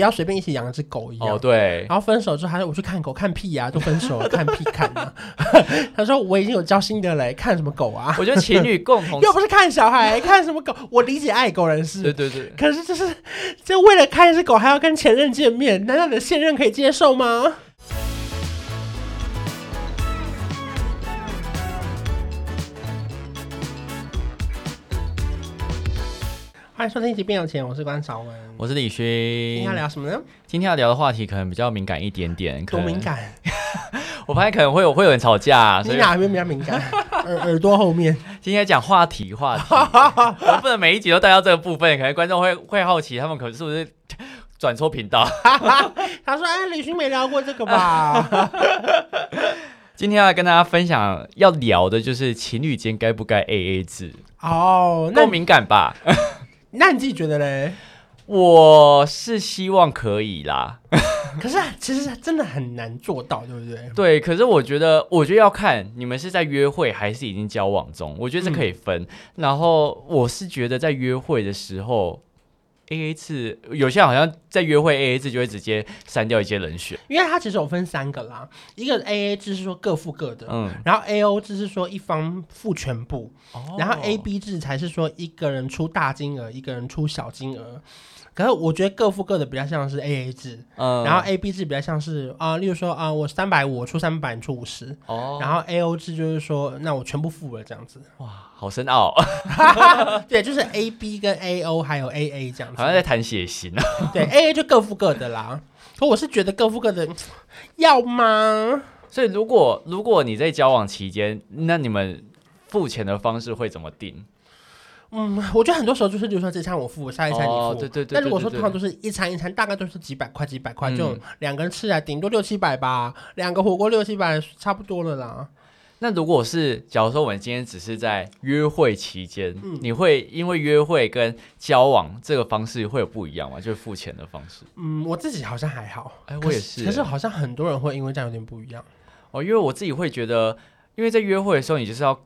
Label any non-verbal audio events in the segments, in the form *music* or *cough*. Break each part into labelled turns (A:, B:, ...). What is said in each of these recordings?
A: 不要随便一起养一只狗一样。
B: 哦，
A: *laughs*
B: 对，
A: 然后分手之后，他说我去看狗，看屁呀、就
B: *laughs*
A: 分手了，看屁看啊。 *laughs* 他说我已经有交心得嘞，看什么狗啊？
B: 我觉得情侣共 *laughs* 同
A: 又不是看小孩，看什么狗？我理解爱狗人
B: 哦对
A: 士，
B: 对对，
A: 可是这是这为了看一只狗还要跟前任见面，难道你的现任可以接受吗？欢迎收听《一起变有钱》，我是关少文。
B: 我是李勋。
A: 今天要聊什么呢？
B: 今天要聊的话题可能比较敏感一点点，可
A: 多
B: 能
A: 敏。感？
B: 我发现可能会有会有人吵架，所
A: 你
B: 以
A: 哪边比较敏 *laughs* 感？耳耳朵后面。
B: 今天讲话题
A: *laughs*
B: 话题，我不能每一集都带到这个部分，可能观众会会好奇，他们可能是不是转错频道？ *laughs*
A: 他说：“哎，李勋没聊过这个 *laughs* 吧？
B: 今天要跟大家分享要聊的就是情侣间该不该 A A 制，
A: 哦，那
B: 够敏感吧？
A: 那你自己觉得嘞？
B: 我是希望可以啦，
A: 可是啊其实真的很难做到，对不对？
B: 对，可是我觉得，我觉得要看你们是在约会还是已经交往中，我觉得这
A: 嗯
B: 可以分。然后我是觉得在约会的时候，A A 制，有些人好像在约会 A A 制就会直接删掉一些人选，
A: 因为它其实有分三个啦，一个 A A 制是说各付各的，
B: 嗯，
A: 然后 A O 制是说一方付全部，哦然
B: 哦
A: 后 A B 制才是说一个人出大金额，一个人出小金额。可是我觉得各付各的比较像是 A A 制，
B: 嗯
A: 然后 A B 制比较像是啊、例如说啊、我三百五，我出三百，你出五十。
B: 哦，
A: 然后 A O 制就是说，那我全部付了这样子， *laughs*
B: 哇，好深奥， *laughs*
A: 对，就是 A B 跟 A O 还有 A A 这样子
B: 好，像在谈血型啊。 *laughs*
A: 对 A A 就各付各的啦。可我是觉得各付各的，要吗？
B: 所以如果如果你在交往期间，那你们付钱的方式会怎么定？
A: 嗯，我觉得很多时候就是，比如说这餐我付，下一餐你付。
B: 哦对对对
A: 但如果说
B: 对对对
A: 通常都是一餐一餐，大概都是几百块、几百块
B: 嗯
A: 这种，两个人吃啊，顶多六七百吧，两个火锅六七百差不多了啦。
B: 那如果是，假如说我们今天只是在约会期间，你会因为约会跟交往这个方式会有不一样吗？就是付钱的方式。
A: 嗯，我自己好像还好，
B: 哎
A: 可
B: 我也是
A: 可是
B: 哎
A: 好像很多人会因为这样有点不一样。
B: 哦，因为我自己会觉得，因为在约会的时候，你就是要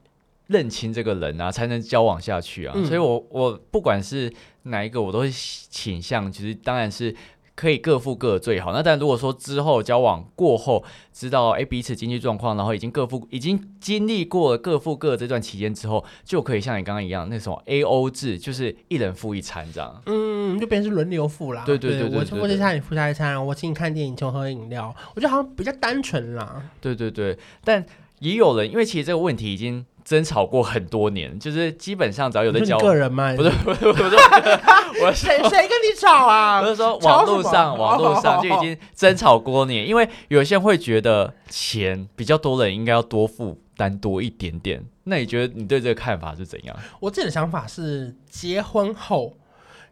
B: 认清这个人啊，才能交往下去啊。
A: 嗯
B: 所以我我不管是哪一个，我都会倾向，其实当然是。可以各付各的最好。那但如果说之后交往过后，知道哎彼此经济状况，然后已经各付已经经历过了各付各的这段期间之后，就可以像你刚刚一样那种 A O 制，就是一人付一餐这样。
A: 嗯，就变成是轮流付啦。
B: 对对对对
A: 我
B: 对
A: 我
B: 对
A: 这餐你付下一餐，我请你看电影，请我喝饮料，我觉得好像比较单纯啦。
B: 对对对，但也有人因为其实这个问题已经争吵过很多年，就是基本上只要有
A: 你
B: 在
A: 说
B: 交
A: 你
B: 往
A: 个，人吗？
B: 不是不 *laughs* 是不是，我是
A: 谁谁跟你吵啊？ *laughs*
B: 我是说
A: 吵
B: 网
A: 什么
B: 络上网络上就已经争吵过年，因为有些人会觉得钱比较多的人应该要多负担多一点点。那你觉得你对这个看法是怎样？
A: 我自己的想法是，结婚后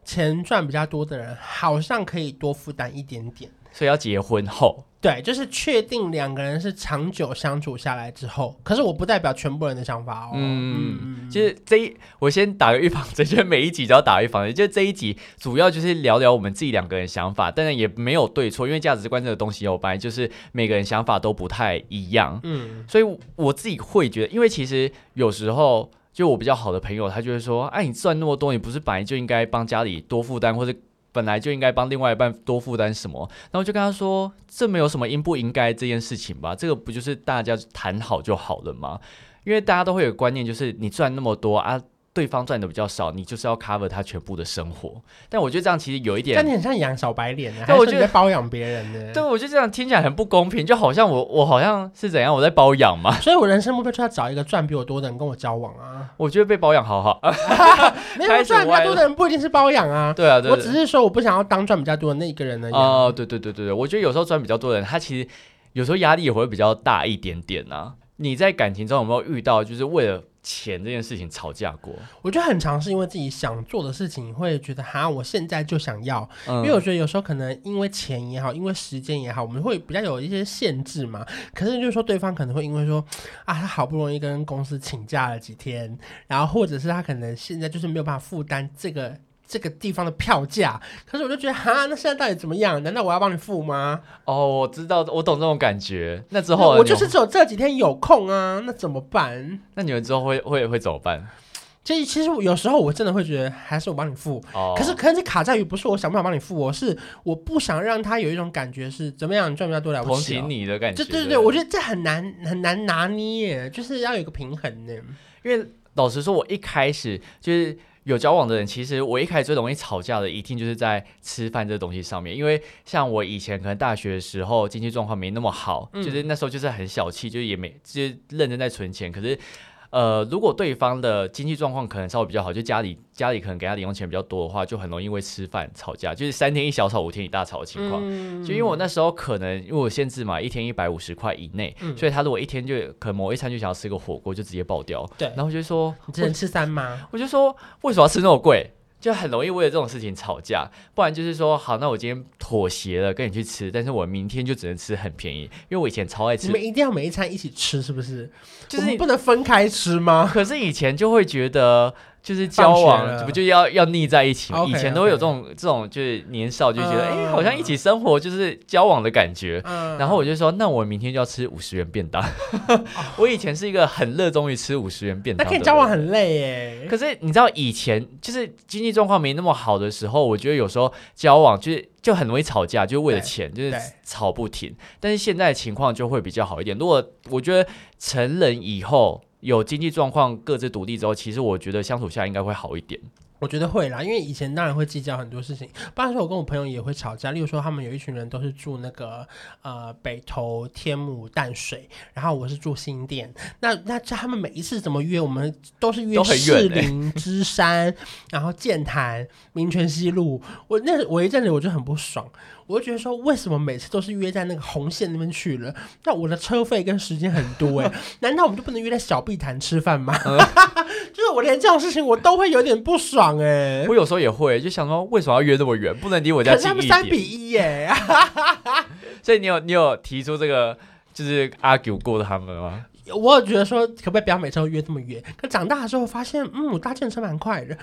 A: 钱赚比较多的人，好像可以多负担一点点。
B: 所以要结婚后，
A: 对，就是确定两个人是长久相处下来之后，可是我不代表全部人的想法哦。
B: 嗯，就是这一，我先打个预防针，就是每一集都要打预防针。就这一集主要就是聊聊我们自己两个人想法，当然也没有对错，因为价值观这个东西哦，本来就是每个人想法都不太一样。
A: 嗯，
B: 所以我自己会觉得，因为其实有时候就我比较好的朋友，他就会说：“哎，你赚那么多，你不是本来就应该帮家里多负担，或者本来就应该帮另外一半多负担什么？”然后我就跟他说：“这没有什么应不应该这件事情吧，这个不就是大家谈好就好了吗？因为大家都会有个观念，就是你赚那么多啊。”对方赚的比较少，你就是要 cover 他全部的生活。但我觉得这样其实有一点
A: 但你很像养小白脸啊，
B: 对
A: 还
B: 我
A: 是你
B: 觉得
A: 在包养别人呢？
B: 对，我觉得这样听起来很不公平，就好像我我好像是怎样我在包养嘛，
A: 所以我人生目标就要找一个赚比我多的人跟我交往啊。
B: 我觉得被包养好好啊，
A: *laughs* 没
B: 开
A: 有
B: 始
A: 赚比
B: 歪
A: 较
B: 了
A: 多的人不一定是包养啊。
B: 对啊，对
A: 我
B: 对
A: 只是说我不想要当赚比较多的那一个人而已啊、
B: 哦，对对对对对，我觉得有时候赚比较多的人，他其实有时候压力也会比较大一点点啊。你在感情中有没有遇到就是为了钱这件事情吵架过？
A: 我觉得很常是因为自己想做的事情，会觉得哈，我现在就想要，
B: 嗯
A: 因为我觉得有时候可能因为钱也好，因为时间也好，我们会比较有一些限制嘛。可是就是说，对方可能会因为说啊，他好不容易跟公司请假了几天，然后或者是他可能现在就是没有办法负担这个。这个地方的票价，可是我就觉得哈，那现在到底怎么样？难道我要帮你付吗？
B: 哦，我知道，我懂这种感觉。那之后呢
A: 我就
B: 你
A: 是
B: 们
A: 只有这几天有空啊，那怎么办？
B: 那你们之后会会会怎么办？
A: 其实其实我有时候我真的会觉得还是我帮你付，
B: 哦，
A: 可是可是卡在于不是我想不想帮你付，我是我不想让他有一种感觉是怎么样你赚比较多了不
B: 同
A: 起、哦
B: 情。你的感觉，
A: 对对
B: 不
A: 对，我觉得这很难很难拿捏耶，就是要有一个平衡呢。
B: 因为老实说，我一开始就是有交往的人，其实我一开始最容易吵架的，一定就是在吃饭这东西上面。因为像我以前可能大学的时候经济状况没那么好，
A: 嗯
B: 就是那时候就是很小气，就是也没就是认真在存钱，可是。呃，如果对方的经济状况可能稍微比较好，就家里家里可能给他零用钱比较多的话，就很容易因为吃饭吵架，就是三天一小吵，五天一大吵的情况。
A: 嗯
B: 就因为我那时候可能因为我限制嘛，一天一百五十块以内，
A: 嗯
B: 所以他如果一天就可能某一餐就想要吃个火锅，就直接爆掉。
A: 对
B: 然后我就说，
A: 你只能
B: 我
A: 吃三吗？
B: 我就说为什么要吃那么贵？就很容易为了这种事情吵架，不然就是说，好，那我今天妥协了跟你去吃，但是我明天就只能吃很便宜，因为我以前超爱
A: 你
B: 吃
A: 们，一定要每一餐一起吃，是不是？
B: 就是
A: 我们
B: 你
A: 不能分开吃吗？
B: 可是以前就会觉得，就是交
A: 放学了
B: 往不就要要腻在一起吗？
A: OK，
B: 以前都会有这种这种，就是年少就觉得，
A: 嗯
B: 哎、好像一起生活就是交往的感觉。
A: 嗯，
B: 然后我就说，那我明天就要吃五十元便当。 *laughs* 我以前是一个很热衷于吃五十元便
A: 那
B: 当的
A: 跟
B: 人，
A: 你交往很累耶。
B: 可是你知道以前就是经济状况没那么好的时候，我觉得有时候交往就是就很容易吵架，就是为了
A: 对
B: 钱就是
A: 对
B: 吵不停。但是现在的情况就会比较好一点。如果我觉得成人以后有经济状况各自独立之后，其实我觉得相处下应该会好一点。
A: 我觉得会啦，因为以前当然会计较很多事情，不然说我跟我朋友也会吵架。例如说，他们有一群人都是住那个呃北投、天母、淡水，然后我是住新店。那那这他们每一次怎么约，我们都是约
B: 都很远
A: 士
B: 欸
A: 林、芝山，然后剑潭、民权西路。我那我一阵子我就很不爽，我就觉得说，为什么每次都是约在那个红线那边去了？那我的车费跟时间很多哎、
B: *laughs*
A: 难道我们就不能约在小碧潭吃饭吗？就是我连这种事情我都会有点不爽哎、
B: 我有时候也会就想说，为什么要约这么远？不能离我家
A: 可是
B: 近
A: 他们
B: 一
A: 三比
B: 点。
A: 一耶、
B: 所以你有你有提出这个就是 argue 过的他们吗？
A: 我有觉得说可不可以不要每周约这么远？可长大之后发现，嗯，我搭建车蛮快的。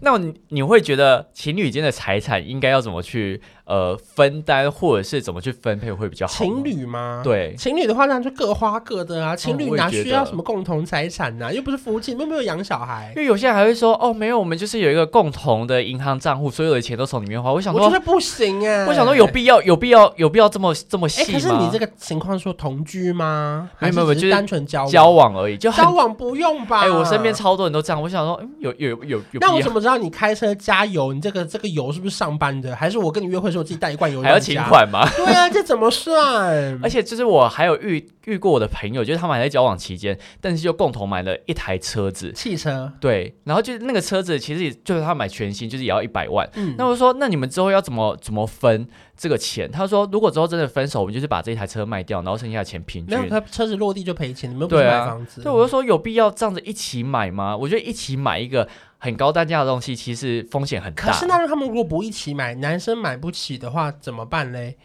B: 那你你会觉得情侣间的财产应该要怎么去呃分担，或者是怎么去分配会比较好呢？
A: 情侣吗？。
B: 对，
A: 情侣的话，那就各花各的啊。情侣
B: 我也
A: 哪
B: 觉
A: 需要
B: 得
A: 什么共同财产呐、又不是夫妻，又没有养小孩
B: 因。为有些人还会说哦，没有，我们就是有一个共同的银行账户，所有的钱都从里面花。我想
A: 我觉
B: 说，
A: 得不行哎、
B: 我想说有必要，有必要，有必要这么这么
A: 哎、
B: 细吗？
A: 可是你这个情况说同居吗？
B: 没有
A: 还
B: 没有
A: 只
B: 就是
A: 单纯交往
B: 交往而已，就很
A: 交往不用吧？
B: 哎、我身边超多人都这样。我想说，嗯，有有有有有
A: 那
B: 必
A: 我
B: 要
A: 怎么知道你开车加油？你这个这个油是不是上班的？还是我跟你约会的时候自己带一罐油？
B: 还要请？款吗？
A: 对啊，这怎么算？
B: *laughs* 而且就是我还有遇遇过我的朋友，就是他们还在交往期间，但是就共同买了一台车子。
A: 汽车，
B: 对，然后就是那个车子，其实也就是他买全新，就是也要一百万。
A: 嗯，
B: 那我说，那你们之后要怎么怎么分这个钱？他说，如果之后真的分手，我们就是把这一台车卖掉，然后剩下的钱平
A: 没有，
B: 均。
A: 他车子落地就赔钱，你们又不是
B: 对
A: 买
B: 啊
A: 房子。
B: 对，我就说有必要这样子一起买吗？我觉得一起买一个很高单价的东西，其实风险很大。
A: 可是那他们如果不一起买，男生买不起的话怎么办嘞？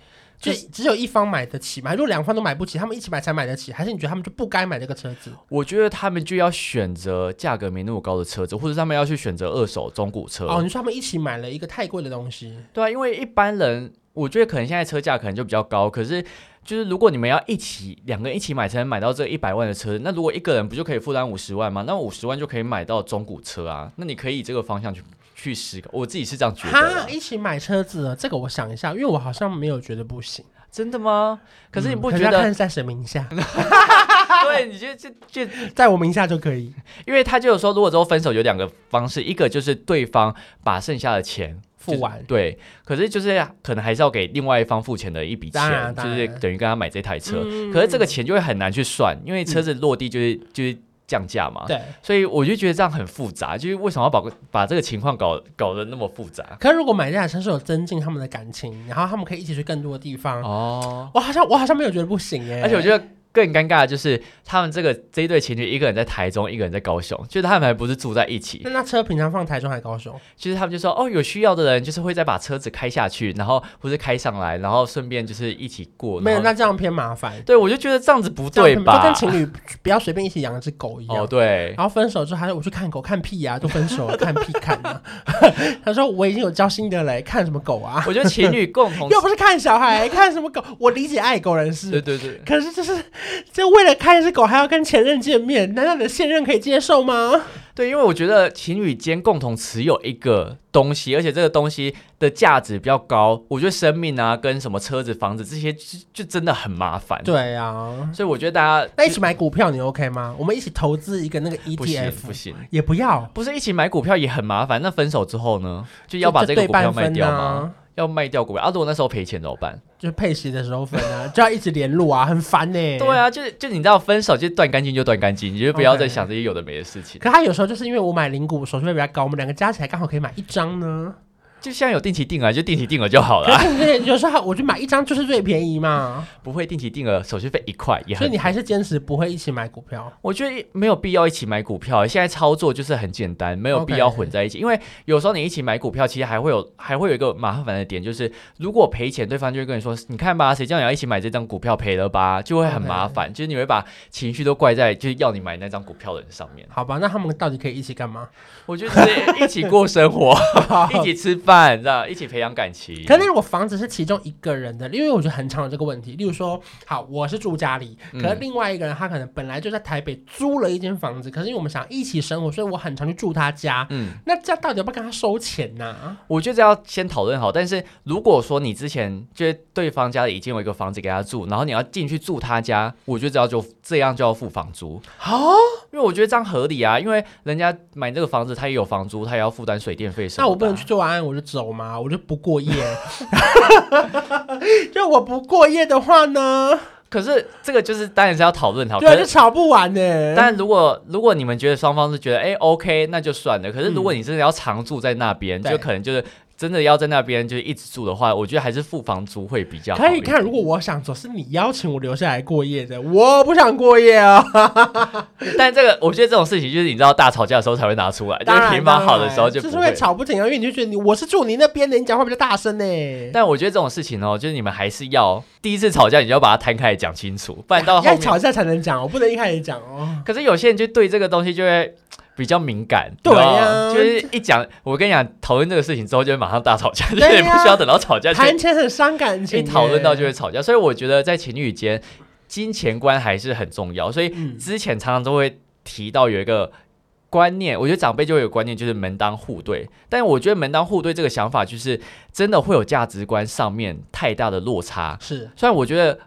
A: 就
B: 就
A: 只有一方买得起嘛？如果两方都买不起，他们一起买才买得起，还是你觉得他们就不该买这个车子？
B: 我觉得他们就要选择价格没那么高的车子，或者他们要去选择二手中古车。
A: 哦，你说他们一起买了一个太贵的东西，
B: 对啊，因为一般人，我觉得可能现在车价可能就比较高，可是就是如果你们要一起两个人一起买才能买到这一百万的车，那如果一个人不就可以负担五十万吗？那五十万就可以买到中古车啊。那你可以以这个方向去去思考，我自己是这样觉得啦
A: 哈，。一起买车子了，这个我想一下，因为我好像没有觉得不行。
B: 真的吗？可是你
A: 嗯
B: 不
A: 可
B: 觉
A: 要
B: 得？
A: 看在谁名 *laughs* 下？
B: 对，你就就就
A: 在我名下就可以
B: 因为他就有说，如果之后分手有两个方式，一个就是对方把剩下的钱
A: 付完。
B: 对，可是就是可能还是要给另外一方付钱的一笔
A: 当然
B: 钱，
A: 当
B: 就是
A: 然
B: 等于跟他买这台车。
A: 嗯
B: 可是这个钱就会很难去算，因为车子落地就是、就是降价嘛。
A: 对。
B: 所以我就觉得这样很复杂，就是为什么要把把这个情况搞搞得那么复杂？
A: 可是如果买这台车是有增进他们的感情，然后他们可以一起去更多的地方，
B: 哦，
A: 我好像我好像没有觉得不行耶。
B: 而且我觉得。更尴尬的就是，他们这个这一对情侣，一个人在台中，一个人在高雄，就是他们还不是住在一起，
A: 那那车平常放台中还高雄，
B: *laughs* 就是他们就说哦，有需要的人就是会再把车子开下去，然后或是开上来，然后顺便就是一起过。
A: 没有，
B: 然后
A: 那这样偏麻烦。
B: 对我就觉得这样子不
A: 这样
B: 对
A: 偏
B: 吧？
A: 就跟情侣不要随便一起养一只狗一样。*laughs*
B: 哦，对，
A: 然后分手之后，他说我去看狗，看屁呀、都分手了，看屁看啊。 *laughs* 他说我已经有交心得嘞，看什么狗啊？
B: 我觉得情侣共
A: *laughs*
B: 同
A: 又不是看小孩，看什么狗？我理解爱狗人士，
B: 对对对，
A: 可是就是就为了看一只狗还要跟前任见面，难道你的现任可以接受吗？
B: 对，因为我觉得情侣间共同持有一个东西，而且这个东西的价值比较高。我觉得生命啊，跟什么车子、房子这些就，就真的很麻烦。，
A: 对啊，
B: 所以我觉得大家
A: 那一起 E 买股票你 OK 吗？我们一起投资一个那个
B: 不行
A: ETF，
B: 不行，
A: 也不要，
B: 不是一起买股票也很麻烦。那分手之后呢，就要把
A: 就
B: 这
A: 就对
B: 个股票
A: 半
B: 卖
A: 分
B: 掉吗？
A: 啊，
B: 要卖掉股票啊？如果那时候赔钱怎么办？
A: 就配息的时候分啊，就要一直联络啊，很烦呢、
B: 对。啊，就是就你知道，分手就断干净就断干净，你就不要再
A: OK
B: 想这些有的没的事情。
A: 可他有时候就是因为我买零股手续费比较高，我们两个加起来刚好可以买一张
B: *laughs*
A: 呢。
B: 就像有定期定额，就定期定额就
A: *laughs*
B: 好
A: 可
B: 了。啊
A: 是有时候我就买一张就是最便宜嘛，
B: 不会定期定额，手续费一块也
A: 所以
B: 很
A: 你。还是坚持不会一起买股票。
B: 我觉得没有必要一起买股票，现在操作就是很简单，没有必要
A: OK
B: 混在一起。因为有时候你一起买股票，其实还会有还会有一个麻烦的点，就是如果赔钱，对方就会跟你说：“你看吧，谁叫你要一起买这张股票赔了吧？”就会很
A: OK
B: 麻烦就是你会把情绪都怪在就是要你买那张股票的人上面。
A: 好吧，那他们到底可以一起干
B: *laughs*
A: 嘛？
B: 我觉得就是一起过
A: *laughs*
B: 生活，一起吃饭，这样一起培养感情。
A: 可是如果房子是其中一个人的，因为我觉得很常有这个问题。例如说，好，我是住家里，可是
B: 嗯
A: 另外一个人他可能本来就在台北租了一间房子，可是因为我们想一起生活，所以我很常去住他家。
B: 嗯，
A: 那这样到底要不要跟他收钱呢、
B: 我觉得这要先讨论好，但是如果说你之前就是对方家里已经有一个房子给他住，然后你要进去住他家，我觉得这要就这样就要付房租
A: 哦，
B: 因为我觉得这样合理啊，因为人家买这个房子，他也有房租，他也要负担水电费什么的啊。
A: 那我不能去做完案我就走吗？我就不过夜。 *laughs* 就我不过夜的话呢，
B: 可是这个就是当然是要讨论好，
A: 对啊，
B: 可。
A: 就是嗯吵不完呢、
B: 但如果如果你们觉得双方是觉得哎、OK，那就算了。可是如果你真的要常住在那边，
A: 嗯对
B: 就可能就是真的要在那边就一直住的话，我觉得还是付房租会比较好一
A: 可
B: 点。
A: 以看，如果我想走，是你邀请我留下来过夜的，我不想过夜啊。
B: *laughs* 但这个，我觉得这种事情就是你知道大吵架的时候才会拿出来，就
A: 当
B: 是
A: 然
B: 平方好的时候
A: 当然
B: 不
A: 是
B: 会
A: 会。吵不停啊，因为你就觉得你我是住你那边的，你讲话比较大声呢、
B: 但我觉得这种事情哦，就是你们还是要第一次吵架，你就要把它摊开来讲清楚，不然到后
A: 要
B: 面。
A: 吵架才能讲，我不能一开始讲哦。
B: 可是有些人就对这个东西就会比较敏感，
A: 对
B: 呀、
A: 啊
B: 就是一讲，我跟你讲，讨论这个事情之后就会马上大吵架，就是
A: 对
B: 也
A: 啊
B: 不需要等到吵架去
A: 谈钱很伤感情
B: 一
A: 耶，
B: 讨论到就会吵架，所以我觉得在情侣间，金钱观还是很重要，所以
A: 嗯
B: 之前常常都会提到有一个观念，我觉得长辈就会有观念，就是门当户对。但我觉得门当户对这个想法，就是真的会有价值观上面太大的落差。
A: 是
B: 虽然我觉得。嗯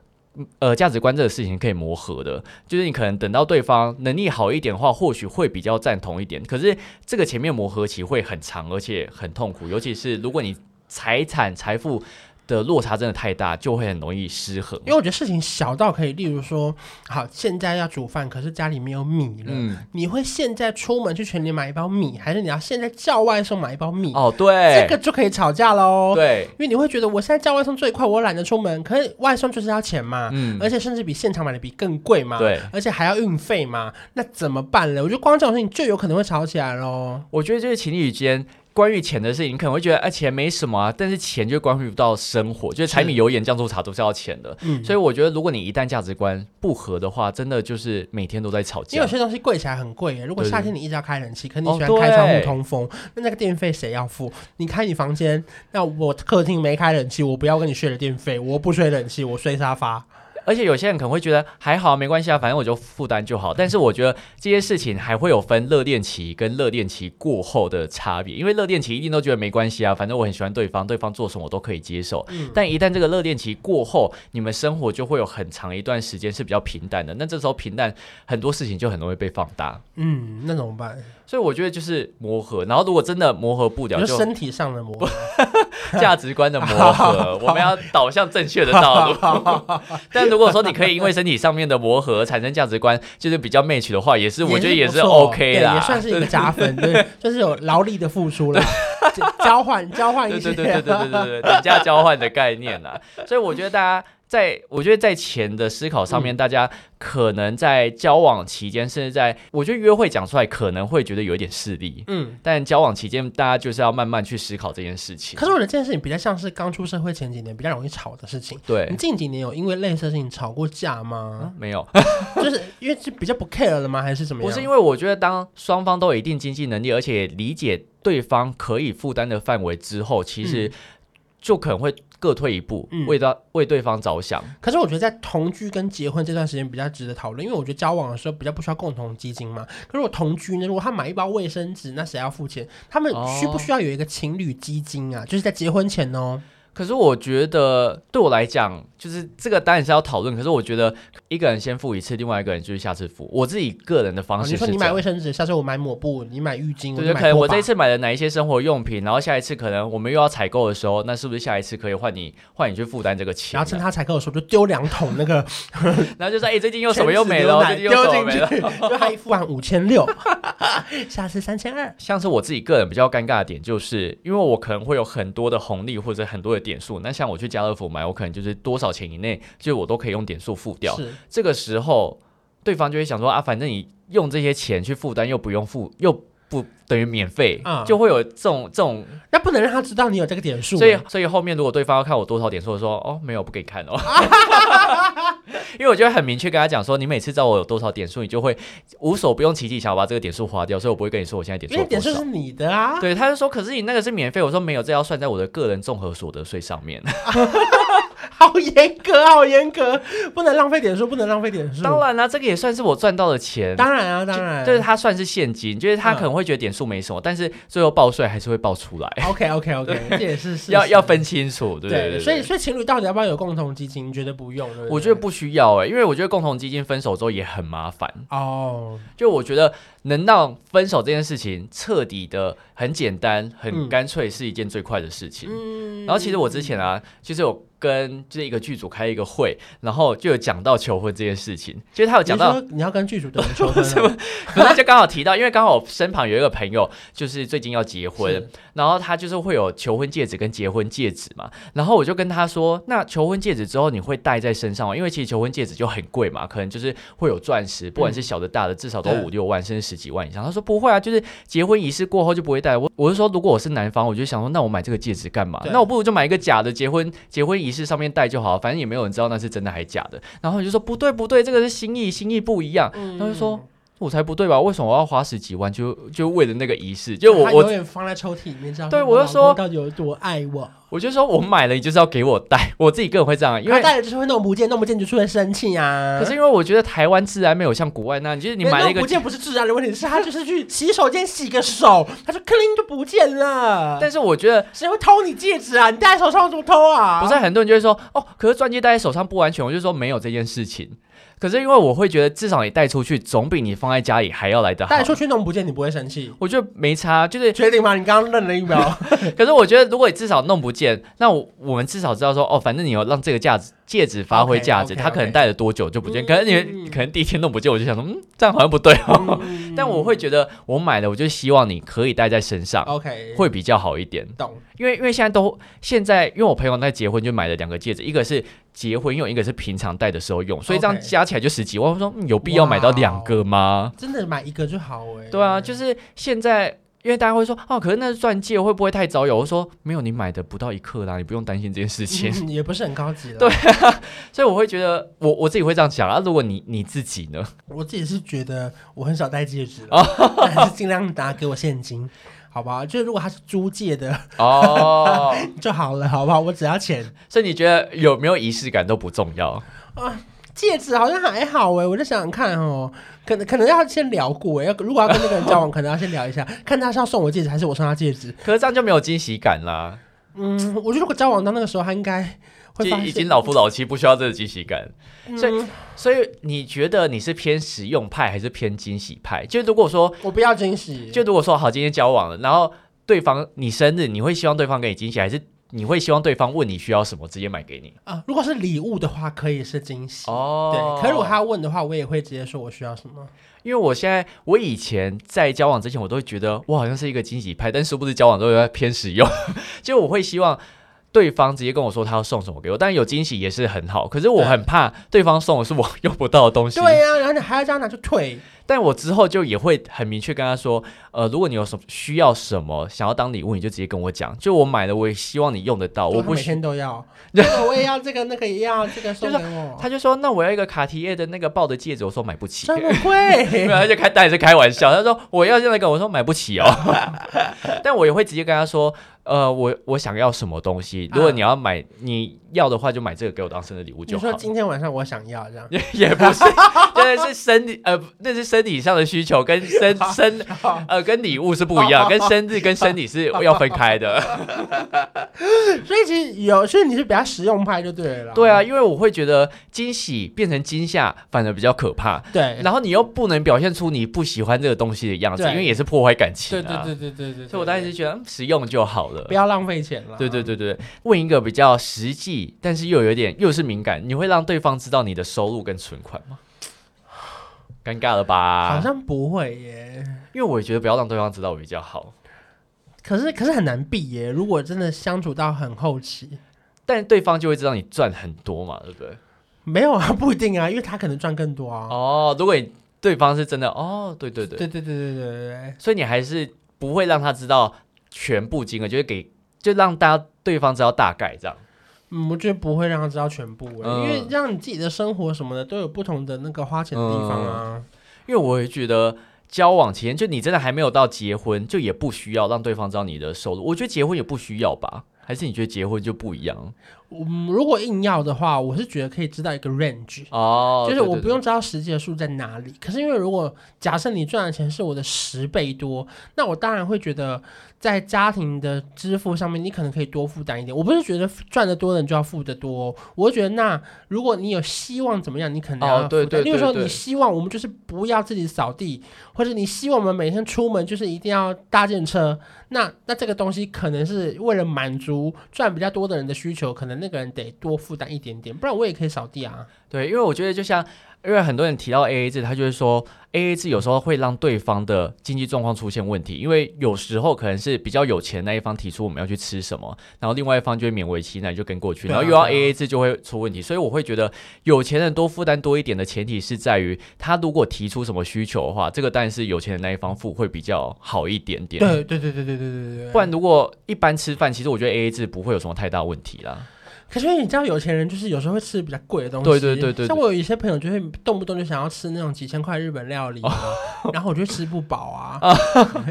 B: 呃，价值观这个事情可以磨合的，就是你可能等到对方能力好一点的话，或许会比较赞同一点。可是这个前面磨合期会很长，而且很痛苦，尤其是如果你财产财富的落差真的太大，就会很容易失衡。
A: 因为我觉得事情小到可以，例如说，好，现在要煮饭，可是家里没有米了，
B: 嗯，
A: 你会现在出门去全年买一包米，还是你要现在叫外送买一包米？
B: 哦，
A: 嗯这
B: 对，
A: 个就可以吵架喽。
B: 对，
A: 因为你会觉得我现在叫外送最快，我懒得出门，可是外送就是要钱嘛，
B: 嗯，
A: 而且甚至比现场买的比更贵嘛，
B: 对，
A: 而且还要运费嘛，那怎么办呢？我觉得光这种事情就有可能会吵起来喽。
B: 我觉得就是情侣间关于钱的事情，你可能会觉得啊钱没什么啊，但是钱就关乎到生活，就是柴米油盐酱醋茶都是要钱的。
A: 嗯，
B: 所以我觉得，如果你一旦价值观不合的话，真的就是每天都在吵
A: 因为
B: 架
A: 有。些东西贵起来很贵耶。如果
B: 对对
A: 夏天你一直要开冷气，可你
B: 哦
A: 喜欢开窗
B: 对
A: 户通风，那那个电费谁要付？你开你房间，那我客厅没开冷气，我不要跟你睡的电费，我不睡冷气，我睡沙发。
B: 而且有些人可能会觉得还好，没关系啊，反正我就负担就好。但是我觉得这些事情还会有分热恋期跟热恋期过后的差别，因为热恋期一定都觉得没关系啊，反正我很喜欢对方，对方做什么我都可以接受。
A: 嗯
B: 但一旦这个热恋期过后，你们生活就会有很长一段时间是比较平淡的。那这时候平淡，很多事情就很容易被放大。
A: 嗯，那怎么办？
B: 所以我觉得就是磨合，然后如果真的磨合不了，
A: 就
B: 就
A: 身体上的磨合。
B: 价值观的磨合，我们要导向正确的道路。但如果说你可以因为身体上面的磨合产生价值观，就是比较 match 的话，也是我觉得也
A: 不
B: 是
A: 错
B: OK
A: 对
B: 啦，
A: 也算是一个加
B: *laughs*
A: 分，对，就是有劳力的付出了，交交换交换
B: 对
A: 一些
B: 对，对对对对对对，等价交换的概念啦。所以我觉得大家在，我觉得在钱的思考上面，大家可能在交往期间，甚至在我觉得约会讲出来，可能会觉得有一点势利。
A: 嗯。
B: 但交往期间，大家就是要慢慢去思考这件事情
A: 可。是我觉得这件事情比较像是刚出社会前几年比较容易吵的事情。
B: 对
A: 你，近几年有因为类似的事情吵过架
B: *laughs*
A: 吗？
B: 没有，
A: 就是因为是比较不 care 了吗？还是怎么样？
B: 不是因为我觉得，当双方都有一定经济能力，而且理解对方可以负担的范围之后，其实就可能会各退一步，
A: 嗯
B: 为到为对方着想。
A: 可是我觉得在同居跟结婚这段时间比较值得讨论，因为我觉得交往的时候比较不需要共同基金嘛。可是我同居呢，如果他买一包卫生纸，那谁要付钱？他们
B: 哦
A: 需不需要有一个情侣基金啊？就是在结婚前哦。
B: 可是我觉得对我来讲，就是这个当然是要讨论。可是我觉得一个人先付一次，另外一个人就是下次付。我自己个人的方
A: 啊
B: 式
A: 你
B: 哦是
A: 说
B: 这
A: 你买
B: 样。
A: 卫生纸，下次我买抹布，你买浴巾，
B: 对
A: 就
B: 对，
A: 买
B: 可能
A: 拖
B: 我这
A: 把
B: 一次买了哪一些生活用品，然后下一次可能我们又要采购的时候，那是不是下一次可以换你换你去负担这个钱
A: 然
B: 呢？
A: 后趁他采购的时候就丢两桶那
B: *laughs*
A: 个
B: 然后就说，哎、最近又什
A: 全
B: 么又
A: 脂
B: 没
A: 牛
B: 了，
A: 奶
B: 最近又什
A: 丢
B: 么
A: 进
B: 没
A: 去
B: 了。，
A: *laughs* 就他一付完五千六， *laughs* 下次三千二。
B: 像是我自己个人比较尴尬的点，就是因为我可能会有很多的红利或者很多的点数，那像我去家乐福买，我可能就是多少钱以内，就是我都可以用点数付掉。
A: 是，
B: 这个时候，对方就会想说啊，反正你用这些钱去负担，又不用付，又不等于免费，
A: 啊
B: 就会有这种这种。
A: 那不能让他知道你有这个点数。欸
B: 所以所以后面如果对方要看我多少点数，我说哦没有不给你看
A: *laughs*
B: 哦，因为我就会很明确跟他讲说，你每次知道我有多少点数，你就会无所不用其极想要把这个点数花掉，所以我不会跟你说我现在点数
A: 因
B: 有
A: 为
B: 多
A: 点数
B: 少
A: 是。你的啊。
B: *laughs* 对，他就说，可是你那个是免费。我说没有，这要算在我的个人综合所得税上面。 *laughs*
A: 好严格，好严格，不能浪费点数，不能浪费点数。
B: 当，然啦、这个也算是我赚到的钱。
A: 当然啊，当然，
B: 就是他算是现金，就是他可能会觉得点数没什么，但是最后报税还是会报出来，
A: OK OK *laughs* OK，这也 *laughs* 是事实
B: 要要分清楚，对
A: 对
B: 对对
A: 所以所以情侣到底要不要有共同基金？你觉得不用，对对
B: 我觉得不需要哎、因为我觉得共同基金分手之后也很麻烦。
A: 哦，
B: 就我觉得能让分手这件事情彻底的很简单、很
A: 嗯
B: 干脆，是一件最快的事情。
A: 嗯
B: 然后其实我之前啊，就是有跟就是一个剧组开一个会，然后就有讲到求婚这件事情，就是他有
A: 你
B: 讲
A: 是
B: 到
A: 说你要跟剧组的人求婚
B: 什
A: 了 *laughs*
B: 么？可是就刚好提到，因为刚好我身旁有一个朋友，就是最近要结婚
A: 是，
B: 然后他就是会有求婚戒指跟结婚戒指嘛。然后我就跟他说，那求婚戒指之后你会戴在身上吗？因为其实求婚戒指就很贵嘛，可能就是会有钻石，不管是小的大的，至少都
A: 对
B: 五六万甚至十几万以上。他说不会啊，就是结婚仪式过后就不会戴。我我是说，如果我是男方，我就想说，那我买这个戒指干嘛？
A: 对
B: 那我不如就买一个假的，结婚结婚仪式上面戴就好，反正也没有人知道那是真的还是假的。然后我就说不对不对，这个是心意，心意不一样。
A: 嗯
B: 他就说我才不对吧？为什么我要花十几万就就为了那个仪式？就我
A: 他永
B: 我
A: 远放在抽屉里面，知道
B: 对
A: 吗
B: 我就
A: 老
B: 说
A: 公到底有多爱我，
B: 我就说我买了，你就是要给我戴。我自己个人会这样，因
A: 他
B: 为
A: 带了就是会弄不见，弄不见就是会生气啊。
B: 可是因为我觉得台湾自然没有像国外那样，就是你买了一
A: 弄
B: 个
A: 不，见不是治安的问题，是他就是去洗手间洗个手，他就 clean 就不见了。
B: 但是我觉得
A: 谁会偷你戒指啊？你戴在手上怎么偷啊？
B: 不是很多人就会说哦，可是钻戒戴在手上不安全，我就说没有这件事情。可是因为我会觉得至少你带出去总比你放在家里还要来得好
A: 戴。出去弄不见，你不会生气？
B: 我觉得没差，就是
A: 确定吗？你刚刚愣了一
B: *laughs*
A: 秒。
B: 可是我觉得，如果你至少弄不见，那我我们至少知道说，哦，反正你有让这个价值戒指发挥价值，
A: OK，OK，OK
B: 它可能戴了多久就不见。
A: 嗯嗯
B: 可能你可能第一天弄不见，我就想说，嗯，这样好像不对哦。但我会觉得，我买了，我就希望你可以戴在身上，
A: 嗯 OK，
B: 会比较好一点。
A: 懂。
B: 因为因为现在都现在，因为我朋友在结婚就买了两个戒指，一个是结婚用，一个是平常戴的时候用，所以这样
A: OK
B: 加起来就十几万。我说、嗯有必要买到两个吗？
A: 真的买一个就好哎、
B: 对啊，就是是现在，因为大家会说，哦，可是那钻戒会不会太早有？我说没有，你买的不到一克啦，你不用担心这件事情。
A: 嗯也不是很高级了。
B: 对，所以我会觉得，我我自己会这样想啊。如果你你自己呢？
A: 我自己是觉得我很少戴戒指
B: 哦
A: 了，但还是尽量拿给我现金，好不好？就是如果他是租借的 *laughs*
B: 哦，
A: 就好了，好不好？我只要钱。
B: *laughs* 所以你觉得有没有仪式感都不重要。
A: 戒指好像还好哎、我就想想看哦，可能可能要先聊过哎、要如果要跟那个人交往，可能要先聊一下， *laughs* 看他是要送我戒指还是我送他戒指。
B: 可是这样就没有惊喜感啦，
A: 嗯，我觉得如果交往到那个时候，他应该
B: 就
A: 会发现
B: 已经老夫老妻，不需要这个惊喜感。所以
A: 嗯，
B: 所以你觉得你是偏实用派还是偏惊喜派？就如果说，
A: 我不要惊喜，
B: 就如果说好，今天交往了，然后对方你生日，你会希望对方给你惊喜，还是你会希望对方问你需要什么直接买给你？
A: 啊、如果是礼物的话，可以是惊喜。
B: 哦
A: 对，可是如果他问的话，我也会直接说我需要什么。
B: 因为我现在我以前在交往之前，我都会觉得我好像是一个惊喜派，但殊不知交往之后又在偏实用， *laughs* 就我会希望。对方直接跟我说他要送什么给我，但有惊喜也是很好。可是我
A: 对
B: 很怕对方送的是我用不到的东西。
A: 对呀、然后你还要这样拿就退。
B: 但我之后就也会很明确跟他说，呃，如果你有什么需要什么想要当礼物，你就直接跟我讲。就我买的，我也希望你用得到，
A: 就
B: 哦我
A: 他
B: 不
A: 每
B: 需。
A: 天都要，这个我也要，这个那个也要，这个送
B: 就
A: 给
B: *laughs*
A: 我，
B: 他就说，那我要一个卡提耶的那个豹的戒指，我说买不起。
A: 这么
B: *laughs* 没
A: 贵。
B: 有，他就开， *laughs* 当然是开玩笑。他说我要这样一个，我说买不起哦。但我也会直接跟他说，呃，我我想要什么东西，如果你要买，你要的话就买这个给我当生日礼物
A: 你
B: 就好
A: 说。今天晚上我想要这样，
B: 也 *laughs* 也不是， *laughs* 真的是生理呃，那是生理上的需求，跟生
A: *laughs*
B: 生呃跟礼物是不一样，跟生日跟生理是要分开的。
A: *laughs* 所以其实有，所以你是比较实用派就对了。
B: 对啊，，因为我会觉得惊喜变成惊吓反而比较可怕，
A: 对，
B: 然后你又不能表现出你不喜欢这个东西的样子，
A: 对
B: 因为也是破坏感情
A: 对
B: 啊。
A: 对对对对对，
B: 所以我当时
A: 对
B: 就觉得嗯实用就好了
A: 不。要啊浪费钱了。
B: 对对，对对，问一个比较实际，但是又有点又是敏感，你会让对方知道你的收入跟存款吗？尴尬了吧
A: 好？像不会耶。
B: 因为我觉得不要让对方知道比较好。
A: 可是可是很难避耶，如果真的相处到很后期，
B: 但对方就会知道你赚很多嘛，对不对？
A: 没有啊， *laughs* 不一定啊，因为他可能赚更多啊。
B: 哦，如果你对方是真的，哦，对对对，
A: 对对对对对对对。
B: 所以你还是不会让他知道全部金额，就是给就让大家对方知道大概这样。
A: 嗯，我觉得不会让他知道全部、欸，
B: 嗯
A: 因为让你自己的生活什么的都有不同的那个花钱的地方啊。
B: 因为我会觉得交往期间，就你真的还没有到结婚，就也不需要让对方知道你的收入。我觉得结婚也不需要吧，还是你觉得结婚就不一样
A: 嗯，如果硬要的话，我是觉得可以知道一个 range，、
B: 哦？
A: 就是我
B: 对
A: 不用知道实际的数在哪里。可是因为如果假设你赚的钱是我的十倍多，那我当然会觉得在家庭的支付上面，你可能可以多负担一点。我不是觉得赚得多的人就要付得多、哦，我会觉得那如果你有希望怎么样，你可能
B: 哦
A: 要负担。
B: 对对
A: 例如
B: 对
A: 说
B: 对
A: 你希望我们就是不要自己扫地，或者你希望我们每天出门就是一定要搭建车，那那这个东西可能是为了满足赚比较多的人的需求，可能那个人得多负担一点点，不然我也可以扫地啊。
B: 对，因为我觉得就像，因为很多人提到 A A 制，他就会说 A A 制有时候会让对方的经济状况出现问题，因为有时候可能是比较有钱那一方提出我们要去吃什么，然后另外一方就会勉为其难就跟过去，
A: 对啊
B: 然后又要
A: 对啊
B: A A 制就会出问题，所以我会觉得有钱人多负担多一点的前提是在于他如果提出什么需求的话，这个当然是有钱人那一方付会比较好一点点。
A: 对对对对对对对对。
B: 不然，如果一般吃饭，其实我觉得 A A 制不会有什么太大问题啦。
A: 可是因为你知道，有钱人就是有时候会吃比较贵的东西。
B: 对对对对
A: 像我有一些朋友，就会动不动就想要吃那种几千块日本料理啊，*laughs*
B: 哦
A: 然后我就吃不饱
B: *laughs*
A: 啊。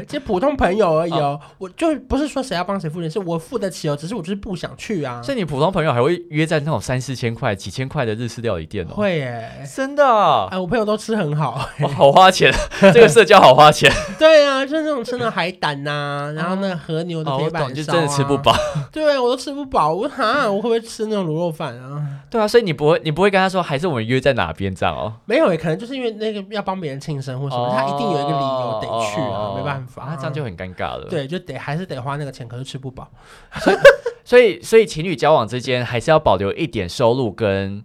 A: 这普通朋友而已哦，
B: 啊
A: 我就不是说谁要帮谁付钱，是我付得起哦，只是我就是不想去啊。
B: 所以你普通朋友还会约在那种三四千块、几千块的日式料理店哦。
A: 会耶，
B: 真的啊、
A: 哎，我朋友都吃很好。 *laughs*
B: 哇好花钱，啊 *laughs* 这个社交好花钱。
A: 对啊，就是那种吃的海胆呐、然后那个和牛的
B: 哦，
A: 铁
B: 我
A: 板烧、啊
B: 懂，就真的吃不。饱。
A: 对啊，我都吃不饱，我哈，我会不会吃那种卤肉饭啊？
B: 对啊，所以你不会，你不会跟他说，还是我们约在哪边这样哦？
A: 没有耶，可能就是因为那个要帮别人庆生或什哦么，他一定有一个理由得去啊，
B: 哦
A: 没办法、
B: 啊，这样就很尴尬了。，
A: 对，就得还是得花那个钱，可是吃不饱。
B: 所以所以情侣交往之间还是要保留一点收入跟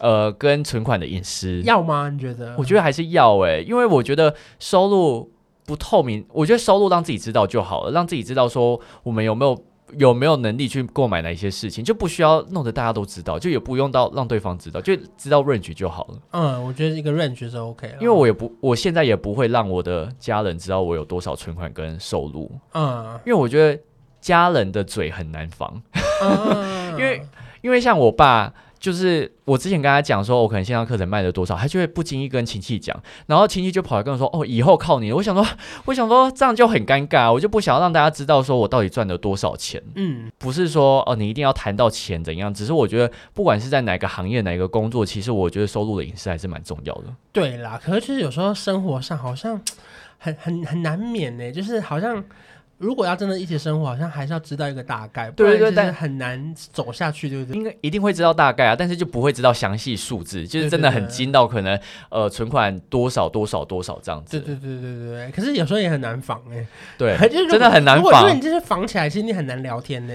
B: 呃跟存款的隐私。
A: 要吗？你觉得？
B: 我觉得还是要哎、因为我觉得收入不透明，我觉得收入让自己知道就好了，让自己知道说我们有没有有没有能力去购买哪一些事情，就不需要弄得大家都知道，就也不用到让对方知道，就知道 range 就好了。
A: 嗯，我觉得一个 range 是 OK 了，
B: 因为我也不，我现在也不会让我的家人知道我有多少存款跟收入，
A: 嗯
B: 因为我觉得家人的嘴很难防，
A: 嗯，
B: 因为因为像我爸。就是我之前跟他讲说，我可能线上课程卖了多少，他就会不经意跟亲戚讲，然后亲戚就跑来跟我说，哦，以后靠你了。我想说，我 *laughs* 想说这样就很尴尬，我就不想要让大家知道说我到底赚了多少钱。
A: 嗯
B: 不是说哦，你一定要谈到钱怎样，只是我觉得不管是在哪个行业、哪个工作，其实我觉得收入的隐私还是蛮重要的。
A: 对啦，可是就是有时候生活上好像很很很难免呢、就是好像。如果要真的一起生活，好像还是要知道一个大概，不
B: 对
A: 然
B: 对对
A: 就是
B: 但
A: 很难走下去，对不对？
B: 应该一定会知道大概啊，但是就不会知道详细数字，就是真的很精到可能呃存款多少多少多少这样子。
A: 对对对对对对，可是有时候也很难防哎、
B: 对
A: 就是如果
B: 真的很难
A: 如果说
B: 防
A: 你，就是防起来，其实你很难聊天呢、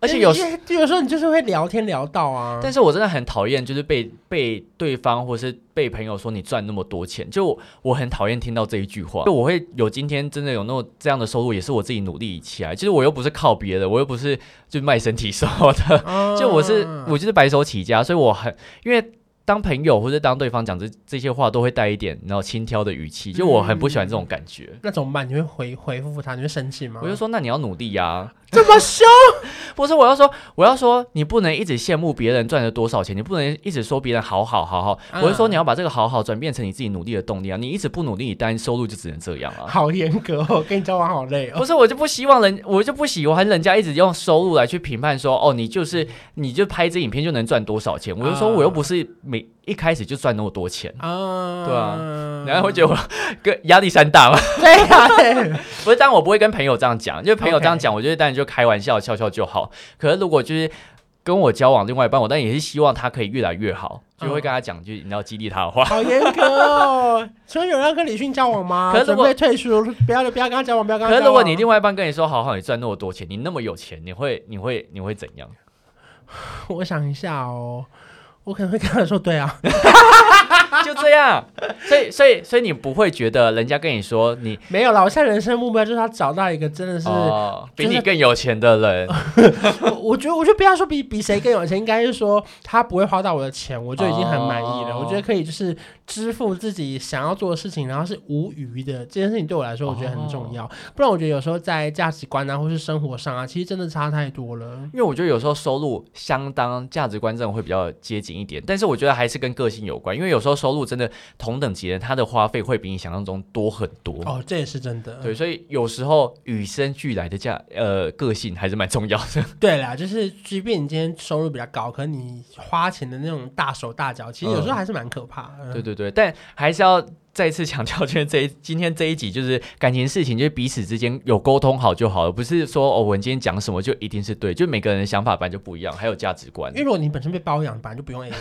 B: 而且
A: 因为
B: 有时。
A: 因为有时候你就是会聊天聊到啊，
B: 但是我真的很讨厌，就是被被对方或是被朋友说你赚那么多钱，就我我很讨厌听到这一句话。就我会有今天真的有那种这样的收入，也是我自己努力起来。其实我又不是靠别的，我又不是就卖身体手的，
A: 啊
B: 就我是我就是白手起家，所以我很因为。当朋友或者当对方讲这这些话，都会带一点然后轻佻的语气，就我很不喜欢这种感觉。
A: 那怎么办？你会回回复他？你会生气吗？
B: 我就说，那你要努力呀、
A: 这么凶，
B: 不是，我要说，我要说，你不能一直羡慕别人赚了多少钱，你不能一直说别人好好好好。
A: 嗯
B: 我是说，你要把这个好好转变成你自己努力的动力啊！你一直不努力，你单收入就只能这样
A: *laughs* *laughs*
B: 啊。
A: 好严格哦，跟你交往好累
B: *laughs*
A: 哦。
B: 不是，我就不希望人，我就不喜欢人家一直用收入来去评判说，哦，你就是你就拍一支影片就能赚多少钱。我就说，
A: 嗯
B: 我又不是每一开始就赚那么多钱，
A: 啊
B: 对啊然后会觉得我跟压力山大嘛。
A: 对啊呀、对
B: 不是，但我不会跟朋友这样讲，因为朋友这样
A: OK
B: 讲，我觉得当然就开玩笑笑笑就好。可是如果就是跟我交往另外一半，我当然也是希望他可以越来越好，就会
A: 嗯
B: 跟他讲句你要激励他 *laughs* 的话。
A: 好严格哦。请问有人要跟李迅交往吗？
B: 可是如
A: 准
B: 果
A: 备退出，不要不要跟他交往，不要跟
B: 可
A: 他
B: 是
A: 交
B: 如果
A: 往。
B: 你另外一半跟你说，好好，你赚那么多钱，你那么有钱，你会你会你会怎样？
A: 我想一下哦，我可能会跟他说，对啊，
B: 就这样。所以所以所以你不会觉得人家跟你说你
A: 没有啦，我现在人生目标就是要找到一个真的是，
B: 哦比
A: 就是
B: 你更有钱的人，
A: 我我觉得我觉得不要说比比谁更有钱，应该是说他不会花到我的钱，我就已经很满意了。我
B: 哦
A: 觉得可以就是支付自己想要做的事情，然后是无余的这件事情对我来说，我觉得很
B: 哦
A: 重要。不然我觉得有时候在价值观啊，或是生活上啊，其实真的差太多了。
B: 因为我觉得有时候收入相当价值观真的会比较接近一点，但是我觉得还是跟个性有关，因为有时候收入真的同等级的人，他的花费会比你想象中多很多。
A: 哦，这也是真的。
B: 对，所以有时候与生俱来的价呃个性还是蛮重要
A: *laughs*
B: 的。
A: 对啦，就是即便你今天收入比较高，可你花钱的那种大手大脚，其实有时候还是蛮可怕的。
B: 嗯对对对，但还是要再次强调，就是这一今天这一集就是感情事情，就是彼此之间有沟通好就好了，不是说哦我们今天讲什么就一定是对，就每个人的想法本来就不一样，还有价值观
A: 因。为如果你本身被包养，本来就不用 A A 制，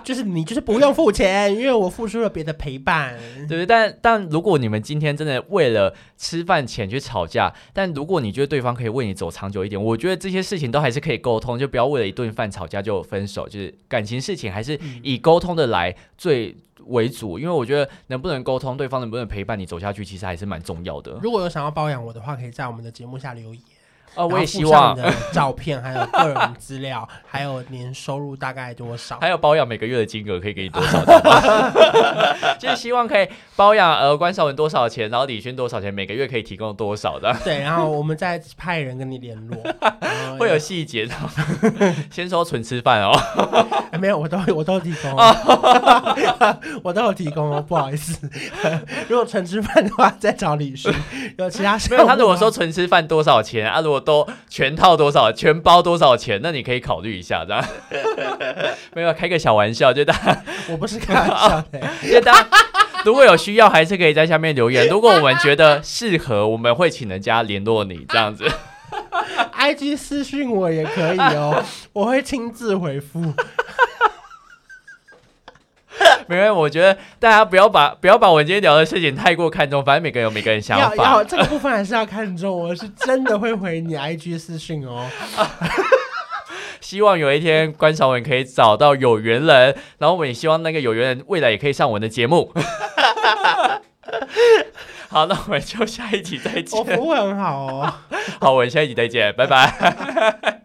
A: *laughs* 就是你就是不用付钱，因为我付出了别的陪伴。
B: 对不对？但但如果你们今天真的为了吃饭钱去吵架，但如果你觉得对方可以为你走长久一点，我觉得这些事情都还是可以沟通，就不要为了一顿饭吵架就分手。就是感情事情还是
A: 嗯
B: 以沟通的来最为主，因为我觉得能不能沟通，对方能不能陪伴你走下去，其实还是蛮重要的。
A: 如果有想要包养我的话，可以在我们的节目下留言。
B: 啊，我
A: 然后
B: 也
A: 附
B: 希
A: 上
B: 望
A: 你。的照片， *laughs* 还有个人资料，还有年收入大概多少
B: 还。有包养每个月的金额可以给你多少知道吗？ *laughs* 就是希望可以包养呃关少文多少钱，然后李轩多少钱，每个月可以提供多少的。
A: 对，然后我们再派人跟你联
B: *laughs*
A: 络。然后
B: 会有细节的。 *laughs* 先说纯吃
A: *laughs*
B: 饭哦，
A: 哎没有？我都我都提供，
B: 啊
A: *laughs* 我都有提供哦，不好意思。 *laughs* 如果纯吃饭的话，再找李叔。有其他
B: 没有他如果
A: 我
B: 说纯吃饭多少钱啊？如果都全套多少，全包多少钱？那你可以考虑一下，这样 *laughs* 没有开个小玩笑，就大
A: 我不是开玩笑
B: *laughs*
A: 的，哎
B: 就大。
A: *laughs*
B: 如果有需要，还是可以在下面留言。如果我们觉得适合，我们会请人家联络你这
A: *laughs*
B: 样子。
A: IG 私讯我也可以哦，我会亲自回复。
B: 没有，我觉得大家不要把不要把我们今天聊的事情太过看重，反正每个人有每个人想
A: 要
B: 法
A: 要。这个部分还是要看重，我是真的会回你 IG 私讯哦。
B: 希望有一天关少文可以找到有缘人，然后我们也希望那个有缘人未来也可以上我们的节目。 *laughs* 好，那我们就下一集再
A: *laughs* 我
B: 见。
A: 服务很好哦。
B: 好，我们下一集再见，拜拜。